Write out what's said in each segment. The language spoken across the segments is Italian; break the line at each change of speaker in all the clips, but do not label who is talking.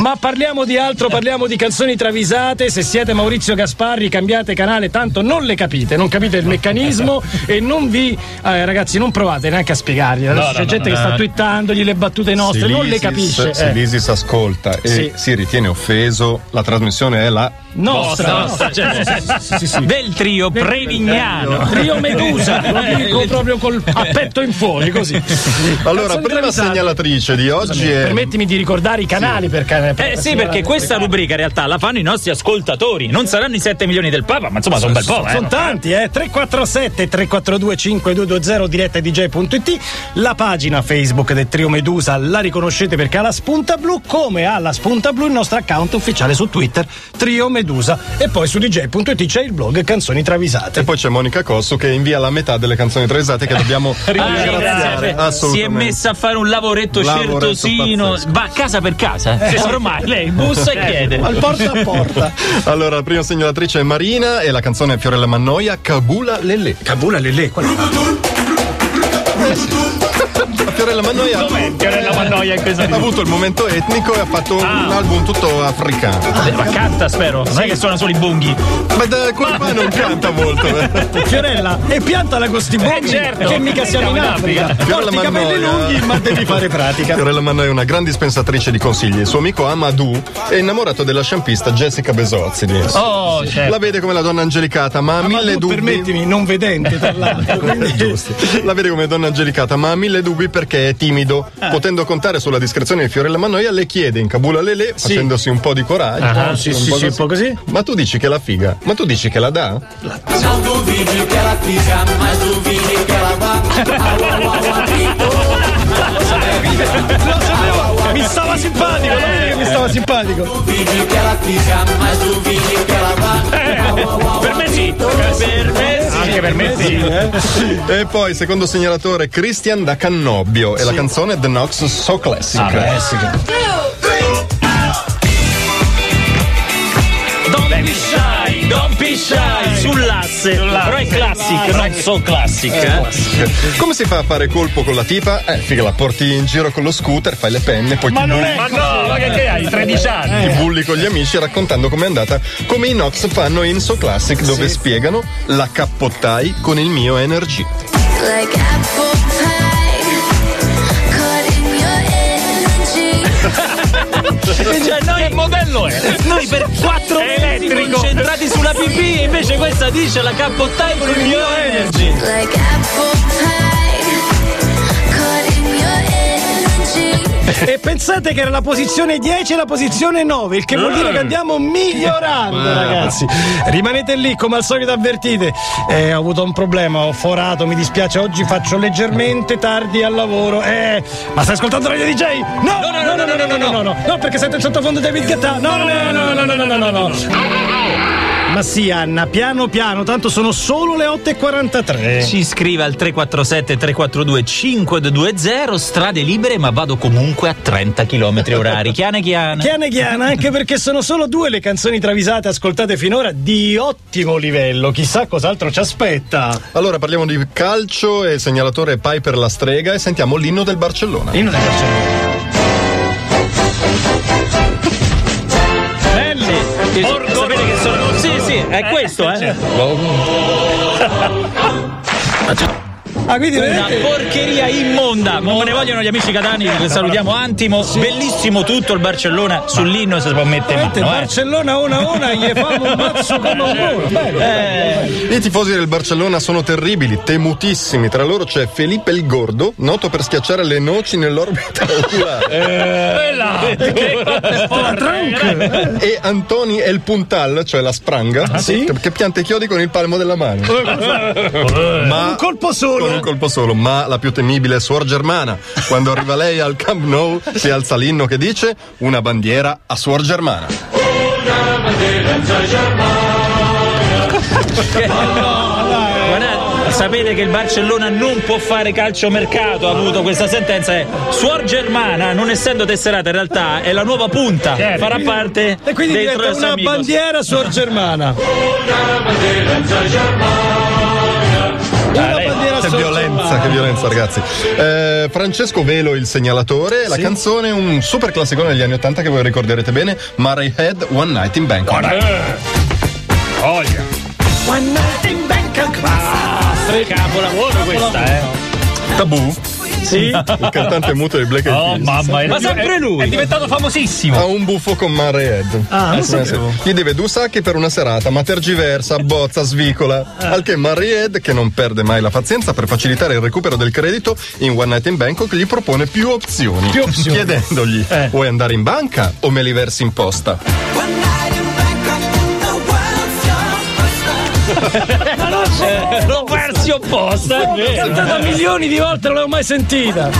Ma parliamo di altro, parliamo di canzoni travisate. Se siete Maurizio Gasparri, cambiate canale, tanto non le capite, non capite il meccanismo e non vi. eh, ragazzi, non provate neanche a spiegarglielo. Adesso
No,
c'è
no,
gente
no,
che
no.
sta twittandogli le battute nostre,
Se
non le
l'ISIS-
capisce.
Se
eh.
l'Isis ascolta e
Sì.
si ritiene offeso, la trasmissione è la
Nostra, nostra, cioè,
del trio Prevignano.
Ah, Rio Medusa, lo dico proprio col a petto in fuori, così.
Allora,
Canzoni
prima
travisate.
segnalatrice di oggi è.
Permettimi di ricordare i canali per canale.
Eh sì, perché questa rubrica in realtà la fanno i nostri ascoltatori. Non saranno i 7 milioni del Papa, ma insomma sono un bel po', eh.
Sono tanti, eh? 347 342 5220 diretta dj.it, la pagina Facebook del Trio Medusa la riconoscete perché ha la spunta blu, come ha la spunta blu il nostro account ufficiale su Twitter, Trio Medusa, e poi su dj.it c'è il blog Canzoni
E
Travisate.
poi c'è Monica Cosso che invia la metà delle canzoni travisate che dobbiamo
Ah,
ringraziare.
grazie. Si è
eh. Assolutamente.
messa a fare un lavoretto,
Lavoretto
certosino.
pazzesco.
Va casa per casa. eh. Ormai lei bussa e chiede.
Al porta a porta.
Allora, la prima segnalatrice è Marina e la canzone è Fiorella Mannoia, Cabula Lele.
Cabula Lele, qual è?
Fiorella Mannoia ha
Fiorella Mannoia in questo
avuto il momento etnico e ha fatto un
Ah.
album tutto africano.
Ma canta, spero. Non è che suona solo i bunghi.
Ma da quel qua non canta molto. eh.
Fiorella, e piantala con sti bonghi,
certo.
che mica siamo in
Siamo in
Africa.
Africa.
Fiorella
Porti i capelli
Mannoia.
lunghi, ma devi fare pratica.
Fiorella Mannoia è una gran dispensatrice di consigli. Il suo amico Amadou è innamorato della sciampista Jessica Besozzi. adesso.
Oh, certo.
La vede come la donna angelicata, ma ha
Ma
mille
tu, eh.
dubbi. Eh,
permettimi, non vedente tra l'altro. quindi-
La vede come donna angelicata, ma ha mille dubbi perché è timido.
Eh.
Potendo contare sulla discrezione di Fiorella Mannoia, le chiede in Kabula Lele, facendosi un po' di coraggio.
Ah,
un
sì,
po'
sì, sì, un po' così.
Ma tu dici che la figa? Ma tu dici che la dà?
Não duvide que ela fica, mas duvide que ela vá. Au, au, au, apito.
Mi stava simpatico, lo vedi che mi stava simpatico.
Duvide que ela fica, mas duvide que ela vá. Au, au, au,
Per me sì. Per me sì.
Anche per me sì.
Eh,
E poi, secondo segnalatore, Christian da Cannobbio e la canzone The Knox So Classic.
Ah,
Don't be shy, don't be shy. Sull'asse. Però è classic, non so classic. eh.
Come si fa a fare colpo con la tipa? Eh, figa, la porti in giro con lo scooter, fai le penne, poi ti bulli,
Ma no, ma che,
Eh,
che hai? 13 anni.
ti bulli con gli amici raccontando com'è andata, come i Knox fanno in So Classic, dove spiegano la cappottai con il mio Energy.
Like apple pie, caught in your energy.
Cioè, noi il modello è. Noi per 4 mesi concentrati sulla pipì, invece questa dice la cappottai con il mio energy.
Like apple pie, caught in your energy.
E pensate che era la posizione 10 e la posizione 9, il che vuol dire che andiamo migliorando, ragazzi. Rimanete lì, come al solito avvertite. Eh, ho avuto un problema, ho forato, mi dispiace, oggi faccio leggermente tardi al lavoro. Eh, ma stai ascoltando Radio DJ? No, no, no, no, no, no, no, no, no, no, no, perché sento il sottofondo David Guetta. No, no, no, no, no, no, no, no, no, no. Ma sì, Anna, piano piano, tanto sono solo le 8.43.
Ci scrive al 347 342 5220 strade libere, ma vado comunque a 30 km orari. Chiane Chiane.
Chiane Chiana, anche perché sono solo due le canzoni travisate ascoltate finora di ottimo livello. Chissà cos'altro ci aspetta.
Allora parliamo di calcio e il segnalatore è Piper la strega e sentiamo l'inno del Barcellona.
Io non ne faccio niente.
Belli! Sapete che sono. Sì, sì, è questo, eh!
certo.
Ah, quindi
Una
Eh.
vedete?
porcheria immonda! Ma me ne vogliono gli amici catani che salutiamo Antimo. Bellissimo tutto il Barcellona sull'inno se si può mettere in
veramente
mano, eh.
Barcellona una una gli fanno un mazzo come un muro. Bello.
Eh,
I tifosi del Barcellona sono terribili, temutissimi. Tra loro c'è Felipe il Gordo, noto per schiacciare le noci nell'orbita oculare,
La trunk. Ah,
e Antoni El Puntal, cioè la spranga, che, che pianta i chiodi con il palmo della mano. Ma
Eh, Un colpo
con un
solo.
colpo solo, ma la più temibile è Suor Germana. Quando arriva lei al Camp Nou, si alza l'inno che dice una bandiera a Suor Germana.
guardate, sapete che il Barcellona non può fare calciomercato, ha avuto questa sentenza. È Suor Germana, non essendo tesserata, in realtà è la nuova punta. Farà parte
E Certo. quindi
dei
diventa
Tres
una
Amigos.
bandiera suor Germana. Una
lei-
bandiera
se
Che violenza, che violenza, ragazzi. Eh, Francesco Velo, il segnalatore, la canzone, un super classicone degli anni 80 che voi ricorderete bene, Murray Head, One Night in Bangkok.
eh, Voglia.
One night in Bangkok.
Capolavoro questa, eh.
Tabù,
Sì.
il cantante muto dei Black Eyed
Oh
Peas.
mamma mia.
Ma sempre lui.
È diventato famosissimo.
Ha un buffo con Murray Head.
Ah, non sapevo.
Gli deve due sacchi per una serata, ma tergiversa, bozza, svicola.
Eh.
Al che Murray Head, che non perde mai la pazienza per facilitare il recupero del credito, in One Night in Bangkok gli propone più opzioni. Più opzioni. Chiedendogli:
Eh.
vuoi andare in banca o me li versi in posta?
L'ho persi opposta.
L'ho cantata milioni di volte, non l'avevo mai sentita.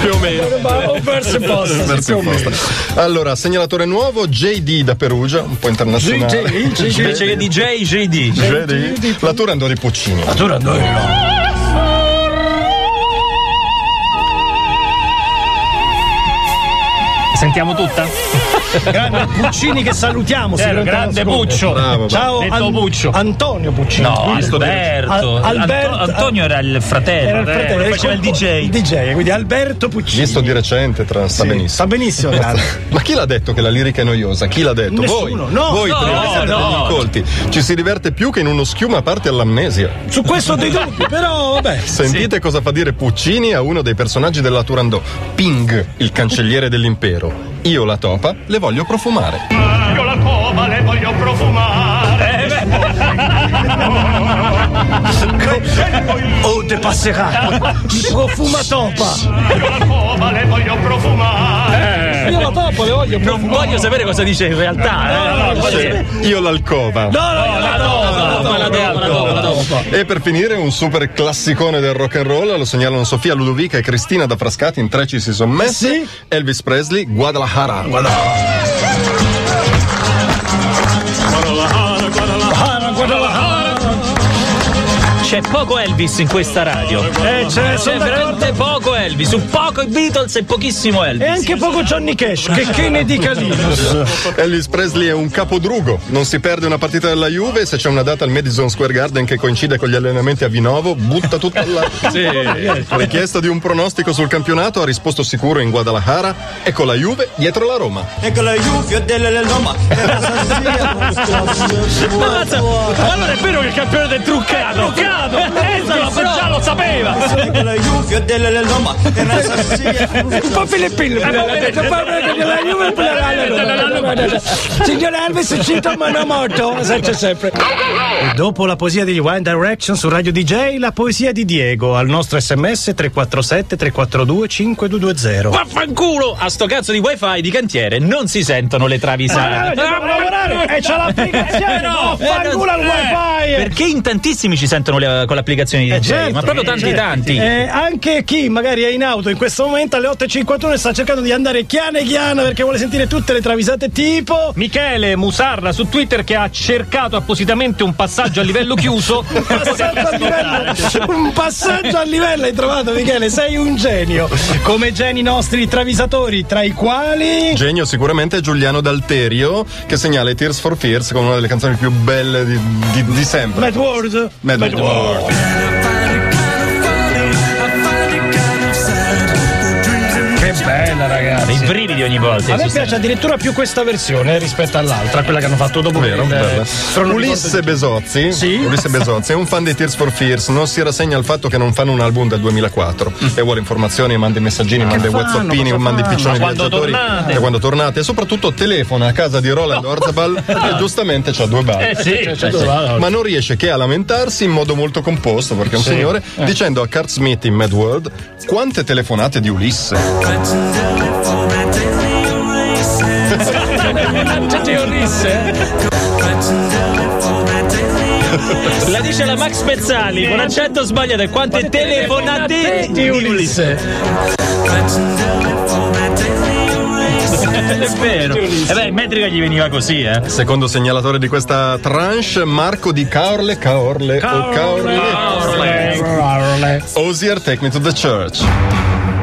Più o meno.
Ma ho perso il posto.
Versi in posta. Allora, segnalatore nuovo, JD da Perugia, un po' internazionale.
Invece che DJ, JD.
JD. La tour andò di Puccini.
Sentiamo tutta?
Grande Puccini che salutiamo.
Certo,
Vero,
sicuramente
grande
all'ascolto.
Puccio.
Bravo, bravo.
Ciao
Detto
An-
Puccio.
Antonio Puccini.
No,
Il-
Alberto.
Al- Alberto-
Anto- Antonio era il fratello.
Era il fratello, ecco.
eh, faceva il
compo-
DJ.
DJ, quindi Alberto Puccini.
Visto di recente, tra- sta benissimo.
Sta benissimo, grazie.
Ma chi l'ha detto che la lirica è noiosa? Chi l'ha detto?
Nessuno,
Voi,
no.
voi
No,
tre che siete
no.
degli incolti. Ci si diverte più che in uno schiuma a parte all'amnesia.
Su questo ho dei dubbi, però vabbè.
Sentite cosa fa dire Puccini a uno dei personaggi della Turandot. Ping, il cancelliere dell'impero. Io la topa, le voglio profumare.
Io la cova le voglio profumare.
Oh, te passerà. Profuma topa.
Io la cova le voglio profumare.
Io la topa le voglio
Non
profumare.
voglio sapere cosa dice in realtà. eh. Non voglio sapere.
Io l'alcova.
No, no, io la topa.
Ma la dopo, la dopo, la dopo.
E per finire un super classicone del rock and roll, lo segnalano Sofia Ludovica e Cristina da Frascati, in tre ci si sono messi.
Sì.
Elvis Presley, Guadalajara.
Guadalajara, Guadalajara.
C'è poco Elvis in questa radio.
Eh, ce ne
C'è
sono d'accordo.
veramente poco Elvis. Su poco Beatles e pochissimo
E
Elvis.
anche poco Johnny Cash, che, che ne dica Linus.
Elvis Presley è un capodrugo, non si perde una partita della Juve, se c'è una data al Madison Square Garden che coincide con gli allenamenti a Vinovo, butta tutto all'aria. La richiesta di un pronostico sul campionato ha risposto sicuro in Guadalajara e con la Juve dietro la Roma.
Ecco la Juve delle Roma.
Ma mazza- ma allora è vero che il campione del truccato. Truccato! già lo sapeva!
Ecco la Juve delle Roma.
Eh, Un po' Filippino. eh, Signor Elvis, ci torna morto. Sente sempre. E dopo la poesia di One Direction su Radio DJ, la poesia di Diego al nostro sms 347 342 5220.
Vaffanculo! A sto cazzo di wifi di cantiere non si sentono le
Ah,
travisate.
devo lavorare e c'ha l'applicazione.
Eh, no, eh,
Vaffanculo al
eh,
wifi.
Perché in tantissimi ci sentono le- con l'applicazione di DJ,
certo,
ma proprio
eh,
tanti
certo.
tanti.
Eh, anche chi magari è in auto in questo momento alle 8.51 e sta cercando di andare chiana e chiana perché vuole sentire tutte le travisate tipo
Michele Musarla su Twitter che ha cercato appositamente un passaggio a livello chiuso.
passaggio a livello- un passaggio a livello hai trovato Michele sei un genio come geni nostri travisatori tra i quali
Genio sicuramente è Giuliano D'Alterio che segnala i Tears for Fears con una delle canzoni più belle di, di- di sempre.
Mad World
Mad World.
che bella ragazzi
I brividi ogni volta.
a me piace addirittura più questa versione rispetto all'altra quella che hanno fatto dopo
Vero,
Eh,
il-
bella.
Trono di
Ulisse Besozzi, Ulisse Besozzi è un fan dei Tears for Fears, non si rassegna al fatto che non fanno un album dal 2004
Mm.
e vuole informazioni, manda i messaggini, manda i whatsappini, manda i piccioni
Ma quando
viaggiatori
tornate?
e quando tornate e soprattutto telefona a casa di Roland Orzabal e giustamente c'ha due balli.
cioè,
Eh sì,
Ma non riesce che a lamentarsi in modo molto composto, perché è un signore,
Eh.
dicendo a Kurt Smith in Mad World quante telefonate di Ulisse.
La dice la Max Pezzali con accento sbagliato e quante telefonate di Ulisse. È vero. E beh, in metrica gli veniva così, eh.
Secondo segnalatore di questa tranche, Marco di Caorle, Caorle, o Caorle. Osier, take me to the church.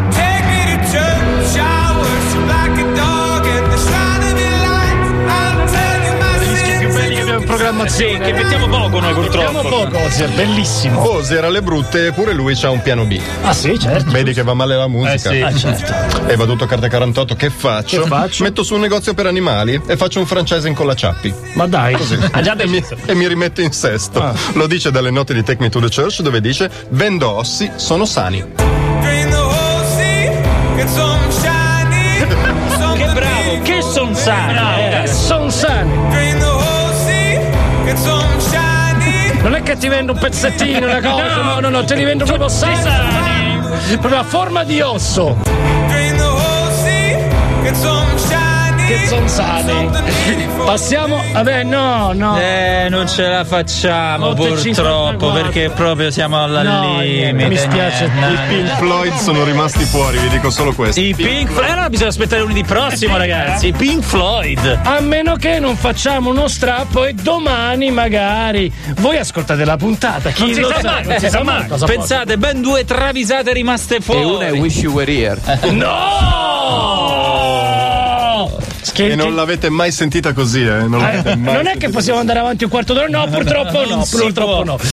Take me to church, I worship like a dog at the shrine of your light. I'm telling my sins.
più belli che abbiamo
programmazione.
Sì, che mettiamo poco noi purtroppo.
Mettiamo poco, Ozier, bellissimo.
Poser alle brutte, pure lui c'ha un piano B.
Ah sì, certo.
Vedi che va male la musica.
Eh, sì.
Ah, certo.
E vado tutto a carta 48, che faccio?
Che faccio?
Metto su un negozio per animali e faccio un franchising con la Ciappi.
Ma dai, Ah,
Ha già
E mi,
deciso.
e mi rimetto in sesto. Lo dice dalle note di Take Me to the Church dove dice vendo ossi, sono sani.
Drain the whole sea, get some shiny. Some
Che
of the
bravo,
big
che son sano. eh.
sono sani.
Drain the whole sea, get some shiny.
Non è che ti vendo un pezzettino, una cosa, no, no, no, te li vendo proprio sani. Proprio a forma di osso.
Drain the whole sea, get some shiny.
Che son sani. Passiamo. Vabbè, no, no.
Eh, non ce la facciamo
Notte
purtroppo
54.
perché proprio siamo alla
No, niente,
limite.
mi spiace.
niente,
Il
niente.
Pink
Floyd sono rimasti fuori, vi dico solo questo.
I Pink Floyd. Eh no, bisogna aspettare lunedì prossimo, ragazzi. I Pink Floyd.
A meno che non facciamo uno strappo e domani magari voi ascoltate la puntata. Chi
Non si
lo
sa mai, non si sa mai.
cosa
Pensate, ben due travisate rimaste fuori.
E una è Wish You Were Here.
porta. Che-
E non l'avete mai sentita così, eh? Non, l'avete
che-
mai
non è
sentita
che possiamo andare avanti un quarto d'ora? No, purtroppo no,
si
purtroppo
può.
no.